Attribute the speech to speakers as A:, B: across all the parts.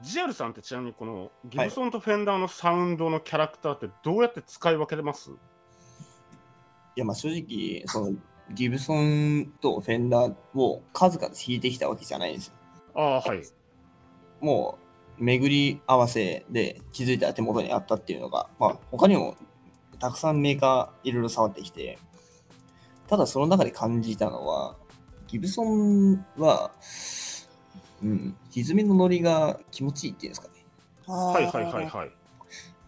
A: ジアルさんってちなみにこのギブソンとフェンダーのサウンドのキャラクターってどうやって使い分けてます、
B: いや、まあ正直、そのギブソンとフェンダーを数々弾いてきたわけじゃないんですよ。
A: ああ、はい。
B: もう、巡り合わせで気づいたら手元にあったっていうのが、まあ他にもたくさんメーカーいろいろ触ってきて、ただその中で感じたのは、ギブソンは、うん、歪みのノリが気持ちいいっていうんですかね。
A: は
C: はい
A: はいはいはい。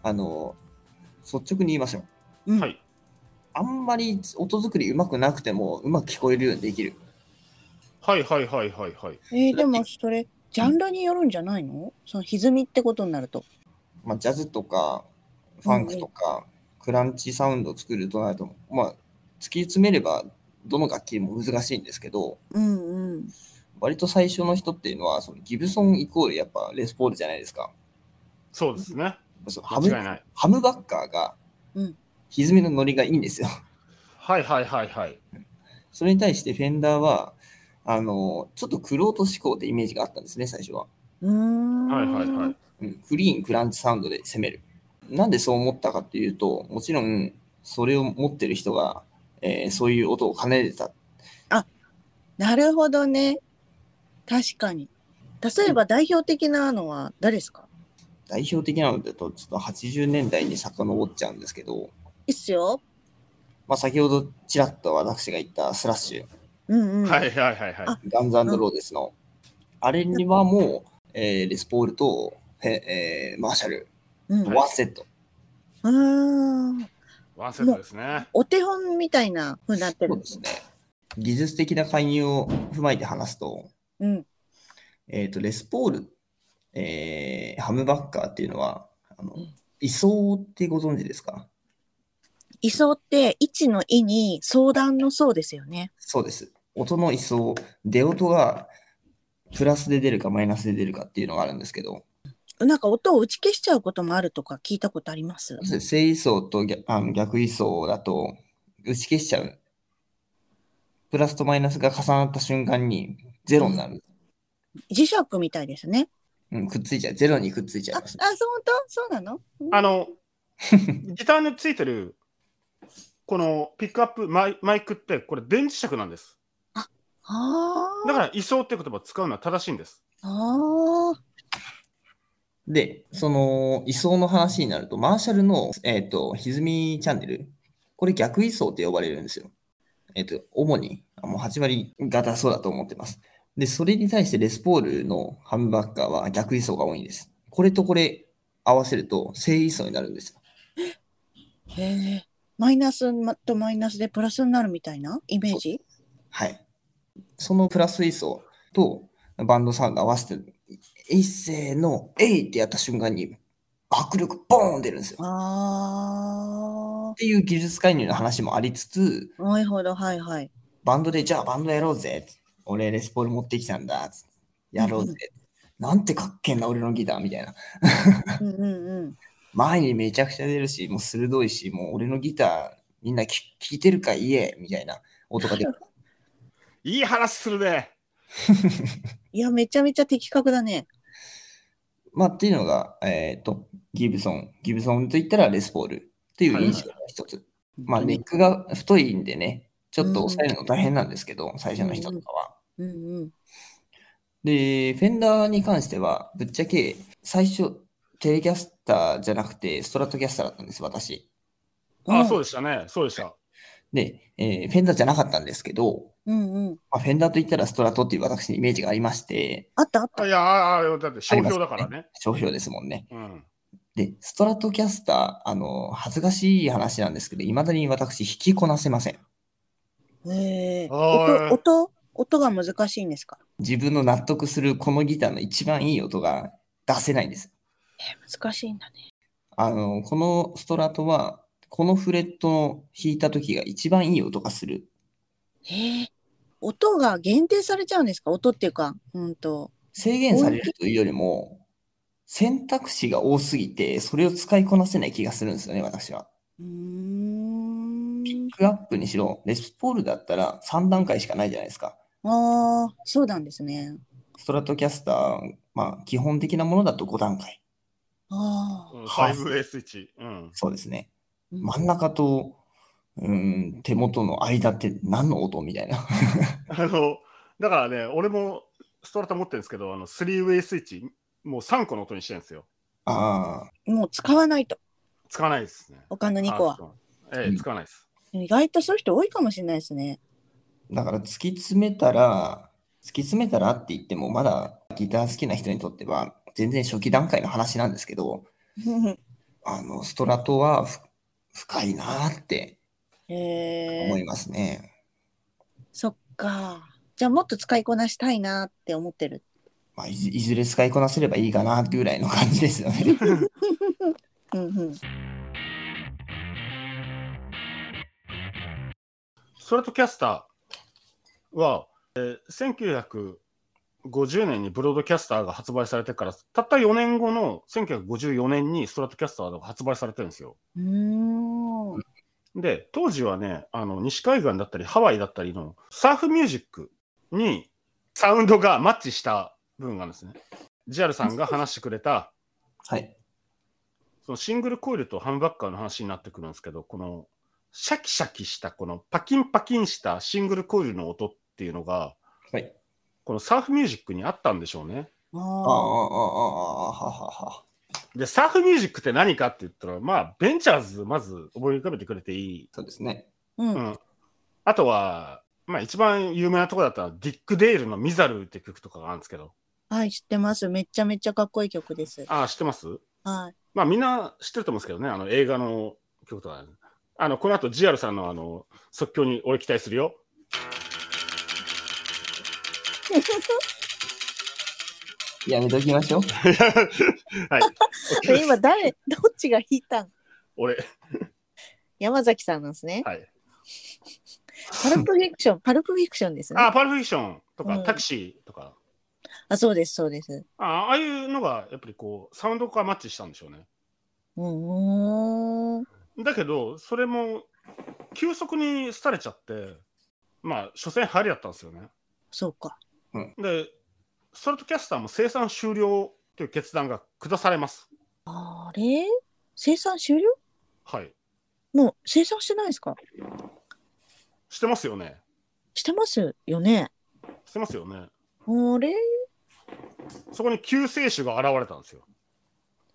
B: あの、率直に言いますよ。
C: い
A: はい。
B: あんまり音作りうまくなくてもうまく聞こえるようにできる。
A: はいはいはいはいはい。
C: えー、でもそれジャンルによるんじゃないのその歪みってことになると。
B: まあ、ジャズとか、ファンクとか、クランチサウンドを作るとなると、まあ、突き詰めれば、どの楽器も難しいんですけど、
C: うんうん。
B: 割と最初の人っていうのは、そのギブソンイコールやっぱレスポールじゃないですか。
A: そうですね。
B: そのハ
A: 間違い
B: ム
A: ない。
B: ハムバッカーが
C: うん、
B: 歪みのノリがいいんですよ。
A: はいはいはいはい。
B: それに対してフェンダーは、あの、ちょっとクロート志向ってイメージがあったんですね、最初は。
C: うーん。
A: はいはいはい。
B: うんクリーンクランチサウンドで攻める。なんでそう思ったかっていうと、もちろんそれを持ってる人が、えーそういう音を奏でた。
C: なるほどね。確かに。例えば代表的なのは誰ですか
B: 代表的なのだと、ちょっと80年代に遡っちゃうんですけど、
C: いいっすよ。
B: まあ、先ほどちらっと私が言ったスラッシ
C: うんうん。
A: はいはいはいはい。
C: あ
B: ュ、ガンズローデスの、あれにはもう、えーレスポールと、へえーマーシャル、
C: うん、
A: はい
B: ワンセット。
C: うーん。
A: ワンセットですね。
C: お手本みたいな風になって
B: そ
C: る
B: うですね。技術的な介入を踏まえて話すと、
C: うん。
B: えっ、と、レスポール、えーハムバッカーっていうのは、あの
C: うん、
B: 位相ってご存知ですか
C: 位相って一の意に相談の相ですよね。
B: そうです。音の位相、出音がプラスで出るかマイナスで出るかっていうのがあるんですけど、
C: なんか音を打ち消しちゃうこともあるとか聞いたことあります。
B: 要するに正位相と逆あの逆位相だと打ち消しちゃう。プラスとマイナスが重なった瞬間にゼロになる。
C: 磁石みたいですね。
B: うん、くっついちゃう。ゼロにくっついちゃ
C: あ、
B: い
C: あ、
B: ます
C: そう。本当そうなのうん
A: あの、ギターについてるこのピックアップマイマイクってこれ電磁石なんです。
C: あ
A: だから位相って言葉を使うのは正しいんです。
C: あ。ああ。
B: で、その位相の話になると、マーシャルの、えっと歪みチャンネル、これ逆位相って呼ばれるんですよ。えっ、と、主にあもう8割方そうだと思ってます。で、それに対してレスポールのハムバッカーは逆位相が多いんです。これとこれ合わせると正位相になるんですよ。
C: へえ。マイナスとマイナスでプラスになるみたいなイメージ
B: はい。そのプラス位相とバンドサウンド合わせて、一斉のえいってやった瞬間に迫力ボーン出るんですよ。っ
C: あ
B: ていう技術介入の話もありつつ、
C: あ。なるほど、は いはい。
B: バンドで、じゃあバンドやろうぜ。俺、レスポール持ってきたんだ。やろうぜ。なんてかっけんな、俺のギターみたいな。
C: うんうんうん。
B: 前にめちゃくちゃ出るし、もう鋭いし、もう俺のギター、みんなき聞いてるか言え、みたいな音が出 る。
A: いい話するね。
C: いや、めちゃめちゃ的確だね。
B: まあ、っていうのが、えっ、と、ギブソン。ギブソンといったらレスポールっていう印象が一つ。まあ、ネックが太いんでね、ちょっと抑えるの大変なんですけど、最初の人とかは。
C: うんうん。
B: で、フェンダーに関しては、ぶっちゃけ、最初、テレキャスターじゃなくて、ストラトキャスターだったんです、私。
A: あ、そう
C: う。
A: でしたね。そうでした。
B: で、えーフェンダーじゃなかったんですけど、
C: うんうん。
B: まあ、フェンダーと言ったらストラトっていう私のイメージがありまして、
C: あったあった。
A: あいや、ああだって商標だからね。
B: 商標ですもんね。
A: うん。
B: で、ストラトキャスター、あの、恥ずかしい話なんですけど、未だに私、弾きこなせません。
C: へえ。
A: あー
C: 音、音、音が難しいんですか
B: 自分の納得するこのギターの一番いい音が出せないんです。
C: えー難しいんだね。
B: あの、このストラトは、このフレットを弾いた時が一番いい音がする
C: へえ。音が限定されちゃうんですか音っていうか、うんと。
B: 制限されるというよりも、選択肢が多すぎて、それを使いこなせない気がするんですよね、私は。
C: うーん。
B: ピックアップにしろ、レスポールだったら3段階しかないじゃないですか。
C: ああ、そうなんですね。
B: ストラトキャスター、まあ、基本的なものだと5段階。
C: ああ。
A: うん
B: はい
A: 5S1。うん。
B: そうですね。
C: うん
B: 真ん中と、うーん、手元の間って何の音みたいな。
A: あの、だからね、俺もストラタ持ってるんですけど、あの、3way スイッチ、もう3個の音にしてるんですよ。
B: ああ、
C: もう使わないと、
A: 使わないですね。
C: 他の2個は。
A: あ。え
B: う
A: え、
B: ん
A: 使わないです。
C: 意外とそういう人多いかもしれないですね。
B: だから突き詰めたら、突き詰めたらって言っても、まだギター好きな人にとっては、全然初期段階の話なんですけど、あの、ストラトはふ深いなーって
C: へ
B: 思
C: え
B: いますね。
C: そっか。じゃあもっと使いこなしたいなって思ってる。
B: まあ、いずいずれ使いこなせればいいかなっていうぐらいの感じですよ ね。
C: うんうん。
A: ストラトキャスターは、えー1950年にブロードキャスターが発売されてから、たった4年後の1954年にストラトキャスターが発売されてるんですよ。
C: うーん。
A: で、当時はね、あの西海岸だったり、ハワイだったりのサーフミュージックにサウンドがマッチした部分があるんですね。ジアルさんが話してくれた、
B: はい。
A: そのシングルコイルとハンバッカーの話になってくるんですけど、このシャキシャキした、このパキンパキンしたシングルコイルの音っていうのが、
B: はい。
A: このサーフミュージックにあったんでしょうね。
B: あーあー、あーあー、
C: ああ。
B: ははは。
A: で、サーフミュージックって何かって言ったら、まあ、ベンチャーズ、まず思い浮かべてくれていい。
B: そうですね。
C: うん。
A: うん。あとは、まあ、一番有名なとこだったら、ディック・デールのミザルって曲とかがあるんですけど、
C: はい、知ってます。めっちゃめちゃかっこいい曲です。
A: ああ、知ってます
C: はい。
A: まあ、みんな知ってると思うんですけどね、あの、映画の曲とかね、あの、この後、ジアルさんの、あの、即興に俺期待するよ。
B: やめときましょう。
A: はい。
C: え今誰、どっちが弾いたん
A: 俺、
C: 山崎さんなんですね。
A: はい。
C: パルプフィクション、パルプフィクションですね。
A: あ
C: あ
A: あ、パルプフィクションとか、
C: うん
A: タクシーとか、
C: そうです、そうです。
A: ああああいうのが、やっぱりこう、サウンドがマッチしたんでしょうね。
C: うーん。
A: だけど、それも急速に廃れちゃって、まあ、所詮流行りだったんですよね。
C: そうか。
A: で、ストラトキャスターも生産終了という決断が下されます。
C: あれ生産終了
A: はい。
C: もう生産してないですか
A: してますよね。
C: してますよね。
A: してますよね。
C: あれ
A: そこに救世主が現れたんですよ。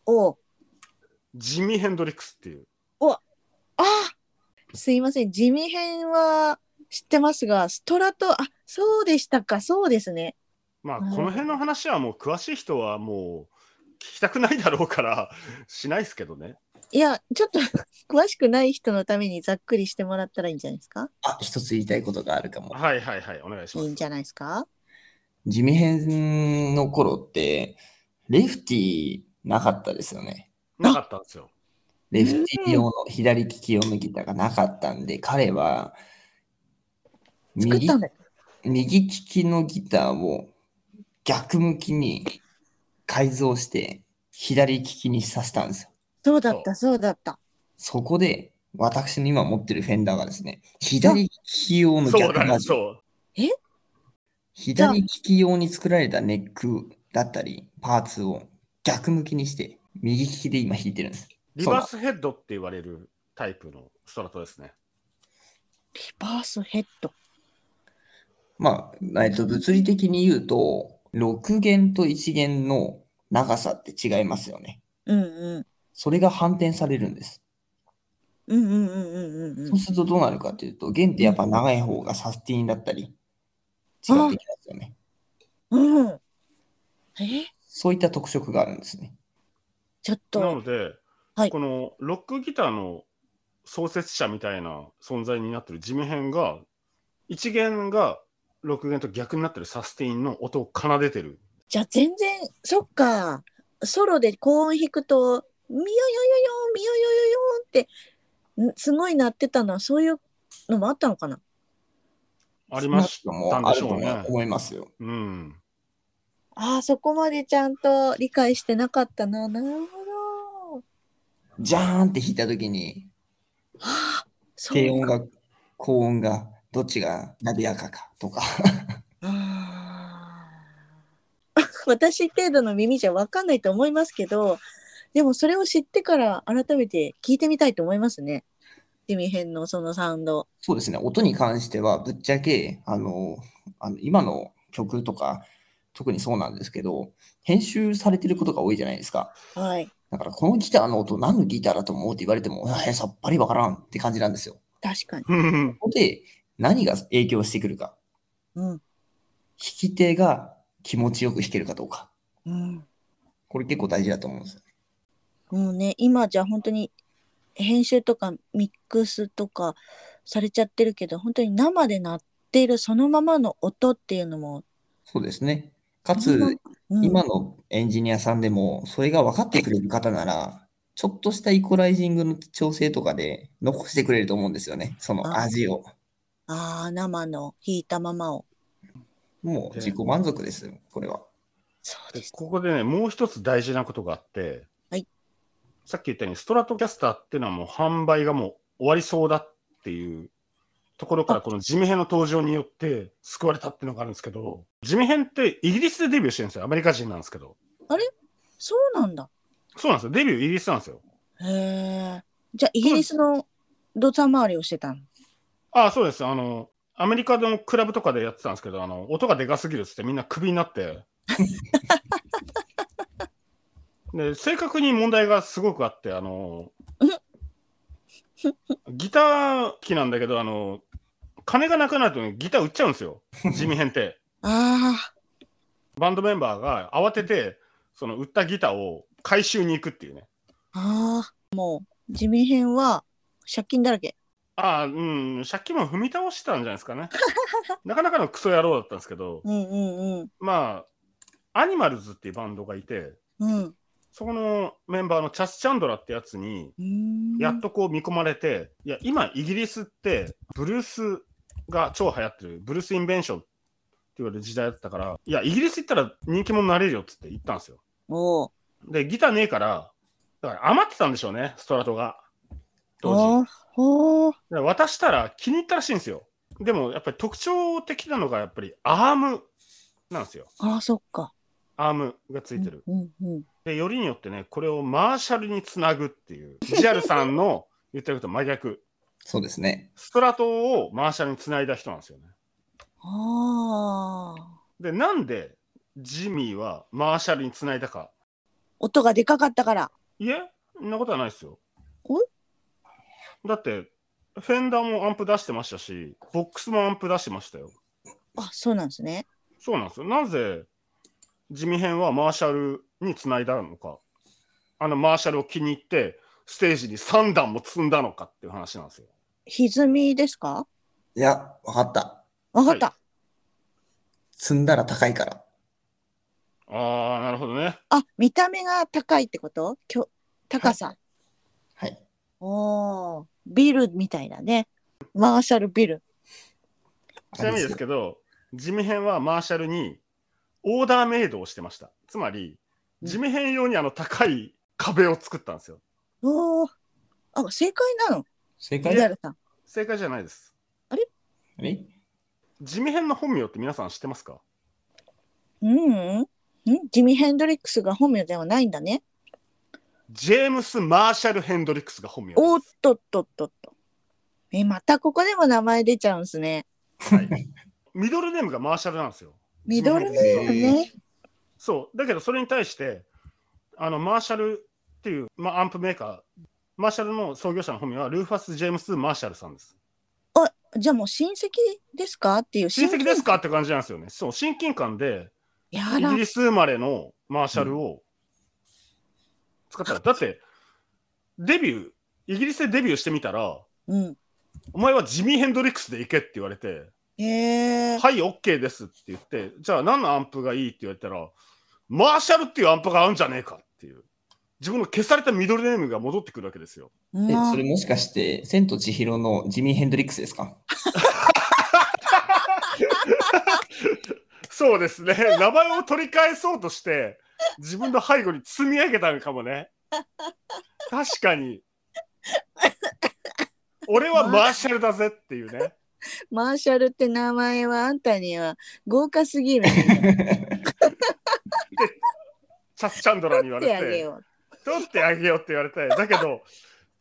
C: お
A: ジミー・ヘンドリックスっていう。
C: あすいません。地味編は知ってますが、ストラト、あそうでしたか。そうですね。
A: まあ、
C: うん
A: この辺の話はもう詳しい人はもう聞きたくないだろうからしないですけどね。
C: いや、ちょっと 詳しくない人のためにざっくりしてもらったらいいんじゃないですか
B: あ、一つ言いたいことがあるかも。
A: はいはいはい、お願いし
C: い
A: ま
C: いん
A: す
C: じ。ゃないですか
B: 地味編の頃って、レフティーなかったですよね。
A: なかったんですよ。
B: レフティー用の左利き用のギターがなかったんで、彼は
C: 作っ
B: 右
C: たんだよ。
B: 右利きのギターを逆向きに改造して左利きにさせたんですよ。
C: そうだった、そうだった。
B: そこで私の今持ってるフェンダーがですね、左利き用の
A: そう
B: 逆
A: だ
B: バー
A: ね、
B: ジョン、
A: そう。
B: 左利き用に作られたネックだったり、パーツを逆向きにして、右利きで今弾いてるんです。
A: リバースヘッドって言われるタイプのストラトですね。
C: リバースヘッド。
B: まあ、えっと、物理的に言うと、6弦と1弦の長さって違いますよね。
C: うんうん。
B: それが反転されるんです。
C: うんうんうんうんうんう
B: そ
C: ん
B: う。するとどうなるかというと、弦ってやっぱ長い方がサスティーンだったり、違ってきますよね。
C: うん。え
B: そういった特色があるんですね。
C: ちょっ
A: な
C: と
A: の、で、
C: はい
A: このロックギターの創設者みたいな存在になってる地面編が、1弦が6弦と逆になってるサスティンの音を奏でてる。
C: じゃあ全然、そっか。ソロで高音弾くと、みよよよよん、みよよよよんって、んすごい鳴ってたのは、そういうのもあったのかな
A: ありまし
B: 少なくと
A: たん
B: もあ
A: で
B: る
A: し
B: と
A: ょうね。
B: 思いますよ。
A: うん。
C: ああ、そこまでちゃんと理解してなかったな。なるほど。
B: ジャーンって弾いた時に、
C: はあ、そ
B: 低
C: う
B: 音
C: か。
B: が高音がどっちが伸びやかかとか、
C: ああ 私程度の耳じゃ分かんないと思いますけど、でもそれを知ってから改めて聞いてみたいと思いますね。ジミヘンのそのサウンド。
B: そうですね、音に関しては、ぶっちゃけ、あの、あの今の曲とか、特にそうなんですけど、編集されてることが多いじゃないですか。
C: はい。
B: だから、このギターの音、何のギターだと思うって言われても、えーさっぱりわからんって感じなんですよ。
C: 確かに。
A: うん
B: で、何が影響してくるか。
C: うん。
B: 弾き手が気持ちよく弾けるかどうか。
C: うん。
B: これ結構大事だと思うんですよ。
C: もうね、今じゃ本当に編集とかミックスとかされちゃってるけど、本当に生で鳴っているそのままの音っていうのも、
B: そうですね。か
C: う
B: つ、
C: んうん、
B: 今のエンジニアさんでも、それが分かってくれる方なら、ちょっとしたイコライジングの調整とかで残してくれると思うんですよね。その
C: あ
B: 味を。
C: ああ、生の弾いたままを。
B: もう自己満足ですよ、これは。
C: そう
A: で
C: です。
A: ここでね、もう一つ大事なことがあって、
C: はい
A: さっき言ったように、ストラトキャスターっていうのはもう販売がもう終わりそうだっていうところから、この地味編の登場によって救われたっていうのがあるんですけど、地味編ってイギリスでデビューしてるんですよ、アメリカ人なんですけど。
C: そうなんだ。
A: そうなんですよ、デビューイギリスなんですよ。
C: へえ。じゃあ、イギリスのドタ回りをしてたの。
A: ああ、そうです。あの、アメリカのクラブとかでやってたんですけど、あの音がでかすぎるっつってみんなクビになって。で、正確に問題がすごくあって、あの、ギター機なんだけど、あの、金がなくなるとねギター売っちゃうんですよ。地味編って。
C: あ
A: バンドメンバーが慌てて、その売ったギターを回収に行くっていうね。
C: あ、ああ、もう、地味編は借金だらけ。
A: ああ、うん、借金も踏み倒してたんじゃないですかね。なかなかのクソ野郎だったんですけど。
C: うんうんうん。
A: まあ、アニマルズっていうバンドがいて、
C: うん。
A: そこのメンバーのチャス・チャンドラってやつに、
C: うーん
A: やっとこう見込まれて、いや、今、イギリスって、ブルースが超流行ってる、ブルース・インベンションって言われる時代だったから、いや、イギリス行ったら人気者になれるよっつって言ったんですよ。
C: おう
A: で、ギターねえから、だから余ってたんでしょうね、ストラトが。当時。
C: あーほう。
A: で渡したら気に入ったらしいんですよ。でも、やっぱり特徴的なのが、やっぱりアームなんですよ。
C: ああ、そっか。
A: アームがついてる。
C: うんうん。
A: で、よりによってね、これをマーシャルにつなぐっていう、ジアルさんの言ってること真逆。
B: そうですね。
A: ストラトをマーシャルにつないだ人なんですよね。
C: ああ。
A: で、なんでジミーはマーシャルにつないだか。
C: 音がでかかったから。
A: いえ、そんなことはないですよ
C: お。
A: だって、フェンダーもアンプ出してましたし、ボックスもアンプ出してましたよ。
C: あ、そうなんですね。
A: そうなんですよ。なぜジミ編はマーシャルにつないだのか。あのマーシャルを気に入って、ステージに3段も積んだのかっていう話なんですよ。
C: 歪みですか
B: いや、わかった。
C: わかった。
B: 積んだら高いから。
A: ああ、なるほどね。
C: あ、見た目が高いってこときょ高さ。
B: はい。
C: おお。ビルみたいだね。マーシャルビル。
A: ちなみにですけど、地味編はマーシャルにオーダーメイドをしてました。つまり、
C: うん
A: 地味編用にあの高い壁を作ったんですよ。
C: おお。あ、正解なの
B: 正
C: リ
B: 解
C: ア
B: だ
C: ルさん。
A: 正解じゃないです。
B: え
A: 地味編の本名って皆さん知ってますか
C: うん、うん。んジミヘンドリックスが本名ではないんだね。
A: ジェームス・マーシャル・ヘンドリックスが本名です。
C: おっとっとっとっと。え、またここでも名前出ちゃうんですね。
A: はいミドルネームがマーシャルなんですよ。
C: ミドルネームね。
A: そう。だけど、それに対して、あの、マーシャルっていう、まあ、アンプメーカー、マーシャルの創業者の本名はルーファス・ジェームス・マーシャルさんです。
C: じゃあもう親戚ですかっていう
A: 親戚ですかって感じなんですよね。そう、親近感で、
C: や
A: イ
C: ら
A: ギリス生まれのマーシャルを使ったら、だって、デビュー、イギリスでデビューしてみたら、
C: うん。
A: お前はジミー・ヘンドリックスで行けって言われて、
C: へえ。
A: はい、OK ですって言って、じゃあ何のアンプがいいって言われたら、マーシャルっていうアンプが合うんじゃねえかっていう。自分の消されたミドルネームが戻ってくるわけですよ。
B: え、
C: まあ
B: それもしかして、千と千尋のジミー・ヘンドリックスですか
A: そうですね。 名前を取り返そうとして、自分の背後に積み上げたのかもね。確かに。俺はマーシャルだぜっていうね。
C: マーシャルって名前はあんたには豪華すぎる。
A: で、チャスチャンドラに言われ
C: 取ってあげ
A: て、
C: よ
A: 取ってあげようって言われて、だけど、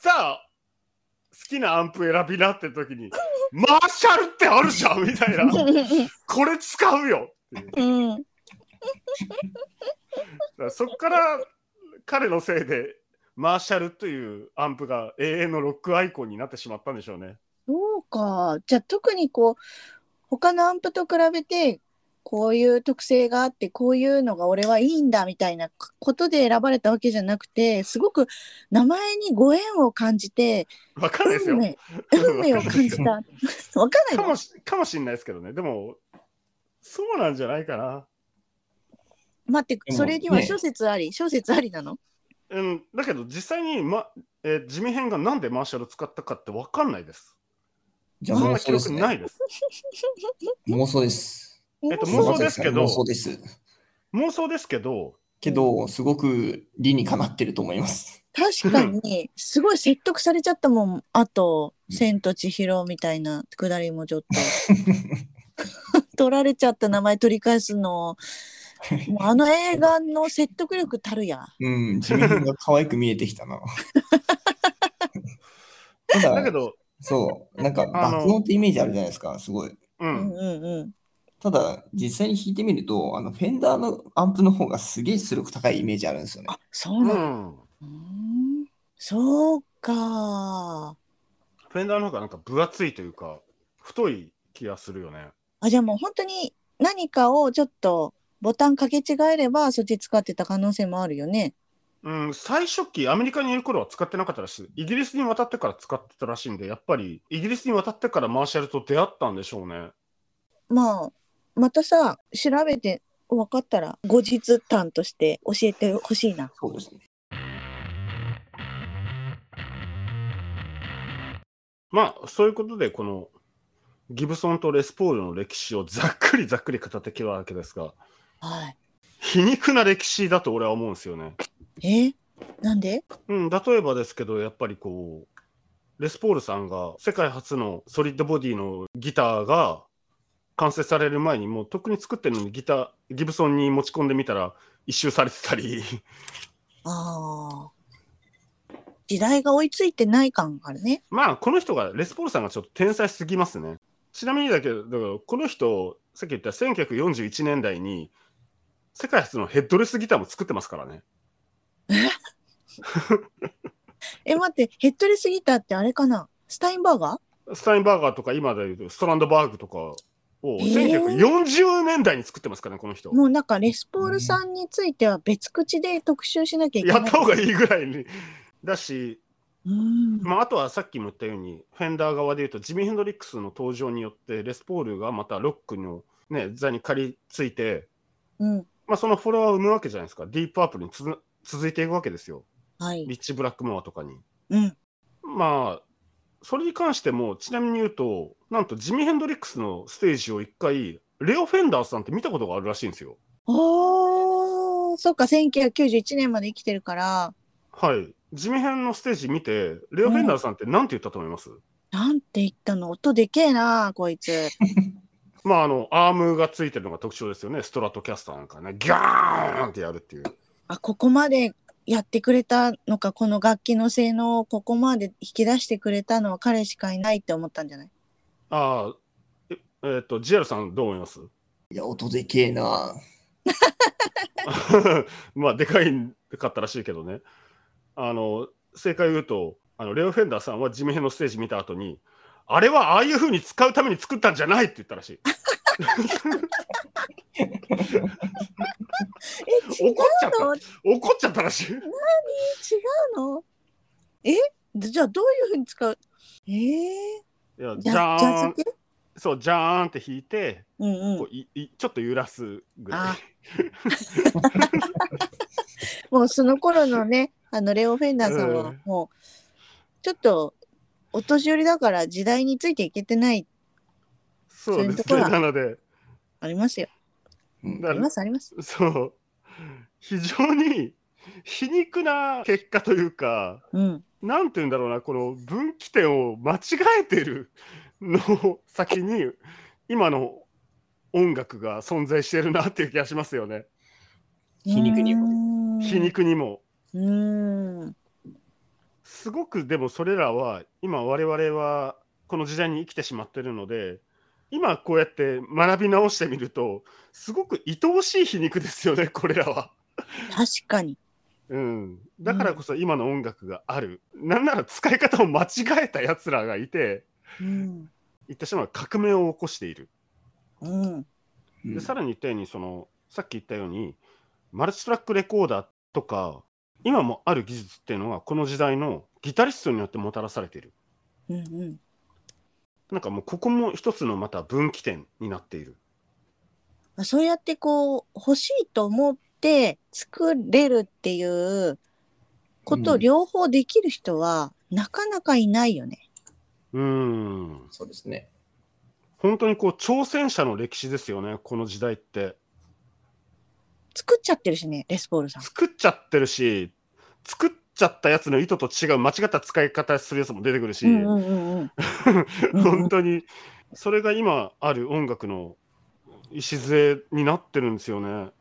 A: じゃあ、好きなアンプ選びなって時に、マーシャルってあるじゃんみたいな、
C: う。
A: これ使うよっていう。
C: うん。
A: だからそっから彼のせいでマーシャルというアンプが永遠のロックアイコンになってしまったんでしょうね。
C: そうか。じゃあ特にこう他のアンプと比べてこういう特性があってこういうのが俺はいいんだみたいなことで選ばれたわけじゃなくてすごく名前にご縁を感じて
A: わかんないですよ
C: 運。命運命を感 じた。わかん
A: か
C: ないの
A: もしかもしんないですけどね。でもそうなんじゃないかな。
C: 待って
B: でも
C: それには
B: ね
C: 諸説あり、諸説ありなの
A: うん、だけど実際に、まえー、地味編がなんでマーシャル使ったかってわかんないです。
B: じゃあ
A: そん
B: 妄
A: な
B: 想
A: 記
B: です、
A: 録な
B: ね。
A: いです。
B: 妄想です。
A: えっと
B: す
A: 妄
B: いま
A: 想
B: せん
A: ですけど
B: 妄想です。
A: 妄想ですけど、
B: けど、すごく理にかなってると思います。
C: 確かにすごい説得されちゃったもんあと「
B: うん
C: 千と千尋」みたいなくだりもちょっと 取られちゃった名前取り返すのもうあの映画の説得力たるや
B: うん、自分が可愛く見えて きたな。ただ
A: だけど、
B: そう、なんか
A: あの
B: 爆音ってイメージあるじゃないですか、すごい。
A: う
C: うん
A: ん、
C: うんうん
B: ただ、実際に弾いてみると、あのフェンダーのアンプの方がすげえ出力高いイメージあるんですよね。
C: そう
A: う
C: なの、
A: ん、
C: うーんそうか
A: フェンダーの方がなんか分厚いというか、太い気がするよね。
C: あじゃあもう本当に何かをちょっとボタンかけ違えればそっち使ってた可能性もあるよね
A: うん、最初期、アメリカにいる頃は使ってなかったらしい。イギリスに渡ってから使ってたらしいんで、やっぱりイギリスに渡ってからマーシャルと出会ったんでしょうね。
C: まあまたさ調べて分かったら後日談として教えてほしいな。
B: そうですね。
A: まあ、そういうことで、このギブソンとレスポールの歴史を ざっくりざっくり語ってきたわけですが、
C: は
A: 皮肉な歴史だと俺は思うんですよね。
C: い、えなんで
A: うん、例えばですけど、やっぱりこう、レスポールさんが世界初のソリッドボディのギターが完成される前に、もうとっくに作ってるのにギター、ギブソンに持ち込んでみたら一周されてたり。
C: ああ時代が追いついてない感があるね。
A: まあ、この人が、レスポールさんがちょっと天才すぎますね。ちなみにだけど、だからこの人、さっき言った1941年代に、世界初のヘッドレスギターも作ってますからね。
C: え待ってヘッドレスギターってあれかなスタインバーガー
A: スタインバーガーとか、今で言うとストランドバーグとかを、
C: ー
A: 1940年代に作ってますからね、この人。
C: もうなんかレスポールさんについては別口で特集しなきゃいけな
A: や
C: い。
A: った方がいいぐらいに。だし、
C: うん
A: まあ、あとはさっきも言ったように、フェンダー側で言うと、ジミー・ヘンドリックスの登場によって、レスポールがまたロックの、ね、座に借りついて、
C: うん
A: まあ、そのフォロワーを生むわけじゃないですか。ディープアップルにつづ続いていくわけですよ。
C: はい
A: リッチ・ブラックモアとかに。
C: うん、
A: まあ、それに関しても、ちなみに言うと、なんとジミー・ヘンドリックスのステージを一回、レオ・フェンダーさんって見たことがあるらしいんですよ。
C: おーそっか1991年まで生きてるから
A: はい。ジミーヘンのステージ見て、レオ・フェンダーさんってなんて言ったと思います、
C: なんて言ったの音でけえなこいつ。
A: まあ、あの、アームがついてるのが特徴ですよね。ストラトキャスターなんかね、ギャーンってやるっていう。
C: あここまでやってくれたのかこの楽器の性能をここまで引き出してくれたのは彼しかいないって思ったんじゃない
A: ああ、ええーっと、ジエルさんどう思います
B: いや、音でけえな。
A: まあ、でかいかったらしいけどね。あの、正解を言うと、あのレオ・フェンダーさんはジミヘンのステージ見た後に、あれはああいう風に使うために作ったんじゃないって言ったらしい。
C: え違う
A: 怒っちゃった
C: の違。
A: 怒っちゃったらしい。
C: うのえじゃあどういうふうに使うえ
A: いや
C: ー、
A: じ
C: ジャ
A: ゃ
C: ジ
A: ー
C: ャ
A: ン
C: ズ、系
A: そう、じゃーんって弾いて、
C: うんう
A: こ
C: ん
A: ういいちょっと揺らすぐら
C: あ
A: い。
C: もうその頃のねあのレオ・フェンダーさん
A: う
C: は
A: ん
C: もうちょっとお年寄りだから時代についていけてない
A: そうです
C: そう
A: ね。
C: いうとこ
A: な
C: ろ
A: ので、
C: ありますよ
B: うん
A: だか
C: あり
A: ら
C: ますあります
A: そう、非常に皮肉な結果というか、
C: うん
A: なんて言うんだろうな、この分岐点を間違えてるのを先に、今の音楽が存在してるなっていう気がしますよね。
B: 皮肉にも
C: うーんうん
A: 皮肉にも。
C: うん
A: すごくでもそれらは今我々はこの時代に生きてしまってるので今こうやって学び直してみるとすごく愛おしい皮肉ですよねこれらは。
C: 確かに
A: うん、だからこそ今の音楽がある、なんなら使い方を間違えたやつらがいて
C: うん
A: 言ってしまう革命を起こしている
C: うん
B: うん
A: でさらに言ったようにそのさっき言ったようにマルチトラックレコーダーとか今もある技術っていうのはこの時代のギタリストによってもたらされている
C: うんうん
A: なんかもうここも一つのまた分岐点になっている。
C: まあそうやってこう欲しいと思って作れるっていうこと
B: う
C: を
B: ん
C: 両方できる人はなかなかいないよね。
A: うーん
B: そうですね。
A: 本当にこう挑戦者の歴史ですよね、この時代って。
C: 作っちゃってるしねレスポールさん。
A: 作っちゃってるし、作っちゃったやつの意図と違う間違った使い方するやつも出てくるし、
C: うんうんうんうん。うん
A: 本当にそれが今ある音楽の礎になってるんですよね。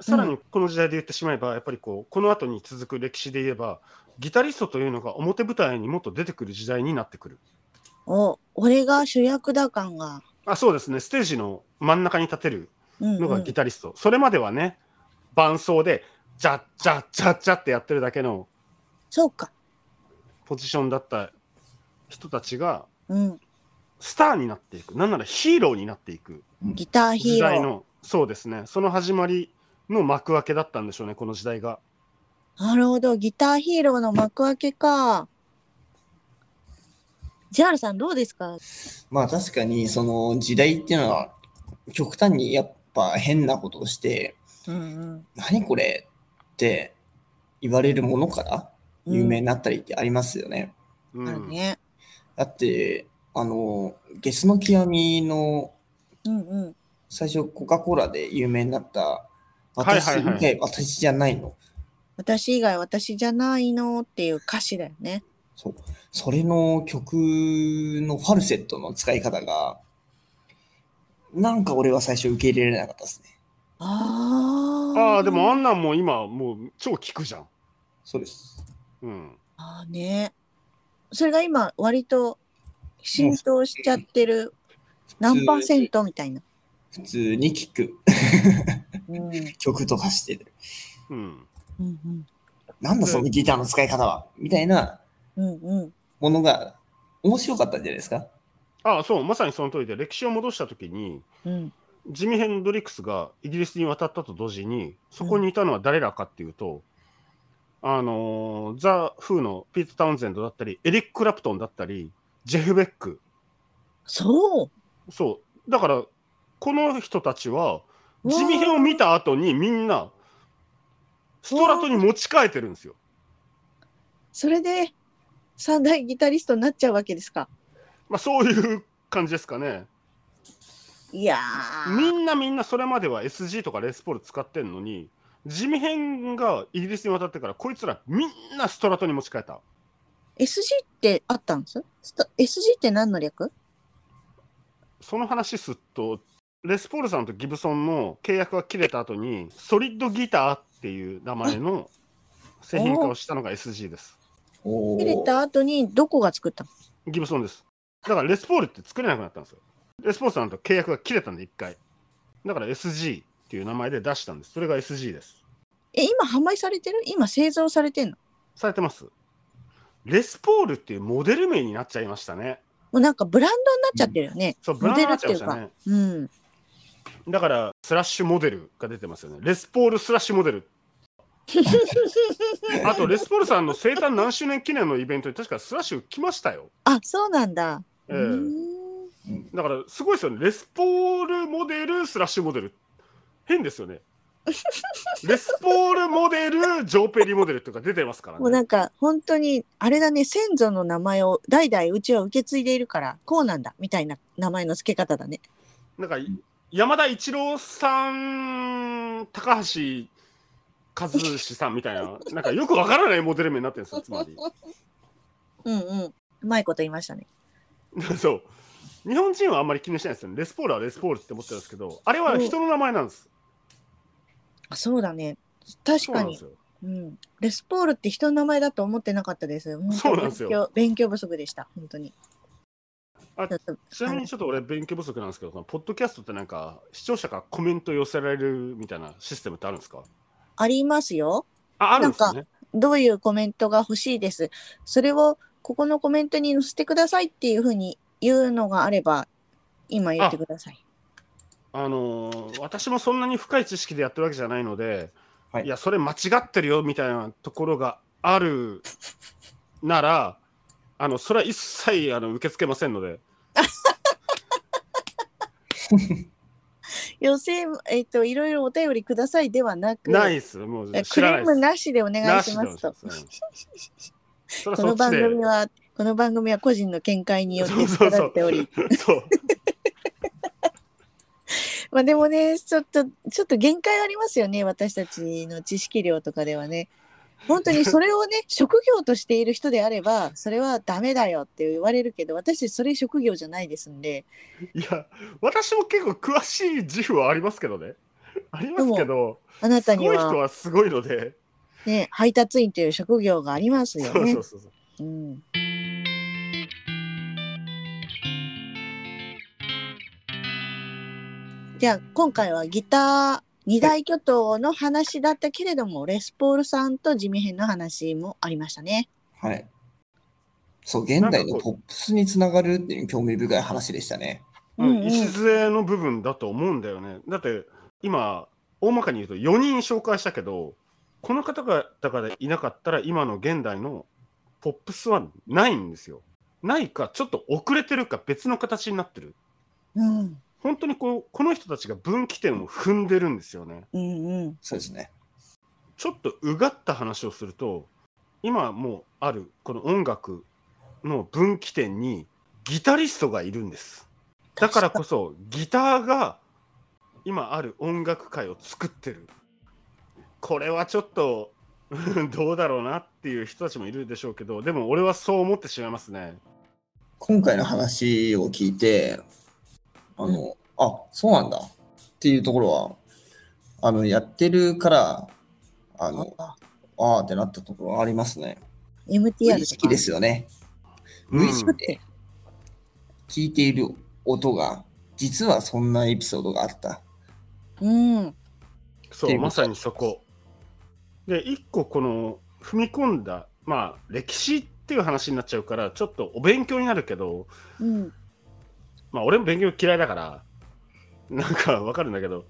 A: さらにこの時代で言ってしまえば、やっぱりこうこの後に続く歴史で言えば、ギタリストというのが表舞台にもっと出てくる時代になってくる。
C: お俺が主役だ感が。
A: あそうですね、ステージの真ん中に立てる
C: うん
A: の
C: う
A: が
C: ん
A: ギ、タリスト、それまではね伴奏でジャッジャッジャッジャッってやってるだけの
C: そうか。
A: ポジションだった人たちが
C: うん。
A: スターになっていくなんならヒーローになっていく
C: ギター
A: 時
C: ヒー
A: 代
C: ロー。
A: のそうですねその始まりの幕開けだったんでしょうねこの時代が
C: なるほど。ギターヒーローの幕開けか。ジャールさんどうですか
B: まあ確かに、その時代っていうのは、極端にやっぱ変なことをして、
C: うん
B: 何これって言われるものから
C: うん。
B: 有名になったりってありますよね。
A: う
C: うんん。あるね。
B: だって、あの、ゲスの極みの
C: うんうん。
B: 最初コカ・コーラで有名になった
A: はい
B: 私
A: はい
B: 以
A: はい
B: 外私じゃないの。
C: 私以外私じゃないのっていう歌詞だよね。
B: そう。それの曲のファルセットの使い方が、なんか俺は最初受け入れられなかったですね。
C: あ
A: あ
C: あ。
A: あでもあんなんもう今もう超効くじゃん
B: そうです。
A: うん
C: ああね。それが今割と浸透しちゃってる何パーセントみたいな。
B: 普通に聴く
C: うん。うん
B: 曲とかしてる。
A: うん
C: うん。
B: なんだそのギターの使い方はみたいな
C: うんうん。
B: ものが面白かったんじゃないですか。
A: ああそうまさにその通りで歴史を戻した時に
C: うん。
A: ジミヘンドリックスがイギリスに渡ったと同時にそこにいたのは誰らかっていうと、あのーザ・フーのピート・タウンゼンドだったりエリック・クラプトンだったりジェフ・ベック
C: そう。
A: そうだからこの人たちは
C: うわー
A: ジミヘンを見た後にみんなストラトに持ち替えてるんですよ。
C: それで三大ギタリストになっちゃうわけですか。
A: まあ、そういう感じですかね。
C: いや
A: みんなみんなそれまでは SG とかレスポール使ってんのに地味編がイギリスに渡ってからこいつらみんなストラトに持ち替えた
C: SG ってあったんですスト ?SG って何の略
A: その話すっとレスポールさんとギブソンの契約が切れた後にソリッドギターっていう名前の製品化をしたのが SG です
B: お
C: 入れた後にどこが作ったの
A: ギブソンですだからレスポールって作れなくなったんですよレスポールさんと契約が切れたんで1回だから SG っていう名前で出したんですそれが SG です
C: え、今販売されてる今製造されてんの
A: されてますレスポールっていうモデル名になっちゃいましたね
C: もうなんかブランドになっちゃってるよね。
A: そうブランドになっちゃいましたね
C: うん。
A: だからスラッシュモデルが出てますよねレスポールスラッシュモデルあとレスポールさんの生誕何周年記念のイベントに確かスラッシュ来ましたよ、
C: あ、そうなんだ。
A: え
C: う
A: え
C: ーん
A: だからすごいですよねレスポールモデルスラッシュモデル変です よねレスポールモデルジョーペリモデルとか出てますから
C: もう
A: ね
C: なんか本当にあれだね先祖の名前を代々うちは受け継いでいるからこうなんだみたいな名前の付け方だね。
A: なんか山田一郎さん高橋和志さんみたいななんかよくわからないモデル名になってるんですよつまり。
C: うんうん。うまいこと言いましたね。
A: そう。日本人はあんまり気にしないですよね。レスポールはレスポールって思ってたんですけど、あれは人の名前なんです。
C: あそうだね。確
A: そうな
C: か
A: んで
C: に
A: す。よ。
C: うん、レスポールって人の名前だと思ってなかったです。本当に
A: そうなんですよ
C: 勉強勉強不足でした、本当に。
A: あ
C: ちょっと
A: ちなみにちょっと俺勉強不足なんですけど、そのポッドキャストってなんか視聴者からコメント寄せられるみたいなシステムってあるんですか
C: ありますよ。
A: あ、あるんですね。
C: どういうコメントが欲しいです。それをここのコメントに載せてくださいっていうふうに言うのがあれば、今言ってください。
A: あのー私もそんなに深い知識でやってるわけじゃないので、
B: はい
A: いや、それ間違ってるよみたいなところがあるなら、あの、それは一切あの受け付けませんので、
C: 要請、えっ、と、いろいろお便りくださいではなく、
A: ないです。もう
C: え
A: 知
C: クレ
A: らない
C: ー
A: で
C: ム
A: す。
C: なしでお願いします
A: な
C: と
A: し。でお願いしそれは
C: こ
A: そ
C: の
A: っち
C: 番
A: で。
C: 組は、この番組は個人の見解によって
A: そうそうそ
C: 作ら
A: う
C: れており、
A: そう。
C: まあでもね、ちょっと、ちょっと限界ありますよね、私たちの知識量とかではね。本当にそれをね、 職業としている人であれば、それはダメだよって言われるけど、私たちそれ職業じゃないですんで、
A: いや、私も結構詳しい自負はありますけどね。ありますけど、
C: あなた
A: す
C: に
A: ごい人
C: は
A: はすごいので。
C: ね、配達員という職業がありますよ
A: そう
C: ね
A: そう。そうそう。
C: うんじゃあ今回はギター二大巨頭の話だったけれどもレスポールさんと地味編の話もありましたね。
B: はい。そう、現代のポップスにつながるっていう興味深い話でしたね。
A: うん
C: うんうん
A: 礎の部分だと思うんだよね。だって今大まかに言うと4人紹介したけどこの方がだからいなかったら今の現代のポップスはないんですよ。ないかちょっと遅れてるか別の形になってる。
C: うん
A: 本当にこうこの人たちが分岐点を踏んでるんですよね。
C: うんうん
B: そうですね。
A: ちょっとうがった話をすると今もうあるこの音楽の分岐点にギタリストがいるんですだからこそギターが今ある音楽界を作ってるこれはちょっと うんどうだろうなっていう人たちもいるでしょうけどでも俺はそう思ってしまいますね
B: 今回の話を聞いて、あの、あ、そうなんだっていうところは、あの、やってるから、あの、
C: あ
B: あーってなったところはありますね。無
C: MTR
B: 意識ですよね。無意識で聞いている音が、実はそんなエピソードがあった。
C: うん
A: そ
B: っていううこと
A: まさにそこで一個この踏み込んだまあ歴史っていう話になっちゃうからちょっとお勉強になるけど
C: うん
A: まあ俺も勉強嫌いだから、なんかわかるんだけど、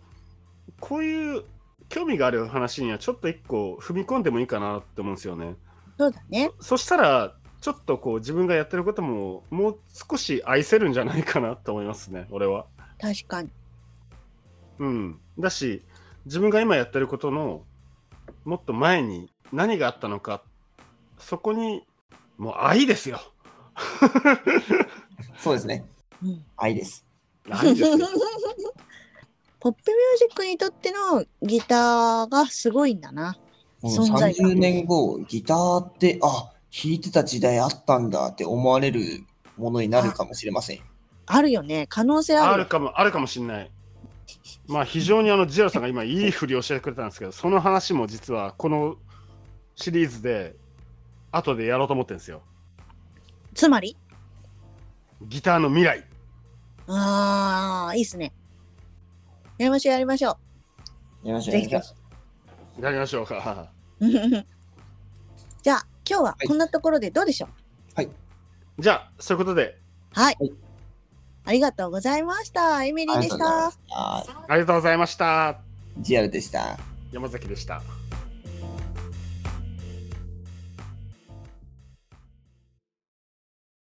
A: こういう興味がある話にはちょっと一個踏み込んでもいいかなって思うんですよね。
C: そうだね。
A: そしたら、ちょっとこう自分がやってることももう少し愛せるんじゃないかなと思いますね、俺は。
C: 確かに。
A: うん。だし、自分が今やってることのもっと前に何があったのか、そこにもう愛ですよ。
B: そうですね。
C: うん
B: 愛です。
A: 愛ですよ。
C: ポップミュージックにとってのギターがすごいんだな。
B: この
C: 存在感
B: 30年後、ギターって、あ、弾いてた時代あったんだって思われるものになるかもしれません。
C: あるよね。可能性ある
A: あるかも、あるかもしれない。まあ、非常にあの、ジアルさんが今、いいふりをしてくれたんですけど、その話も実は、このシリーズで、後でやろうと思ってるんですよ。
C: つまり
A: ギターの未来。
C: ああ、いいっすね。やりましょう、やりましょ
B: やりまし
C: う。
B: ょうや
C: ぜ
B: り
C: ひ
B: ま
C: ぜ
B: しょ
A: やりましょうか。
C: ひ。 じゃあ、今日はこんなところでどうでしょう
A: じゃあ、そういうことで、
C: はい。
B: はい
C: ありがとうございました。エミ
B: う
C: リーでし
B: ありがとうござい
C: た
B: ま。す。あ
A: ありがとうございました。
B: ー GR でした。
A: 山崎でした。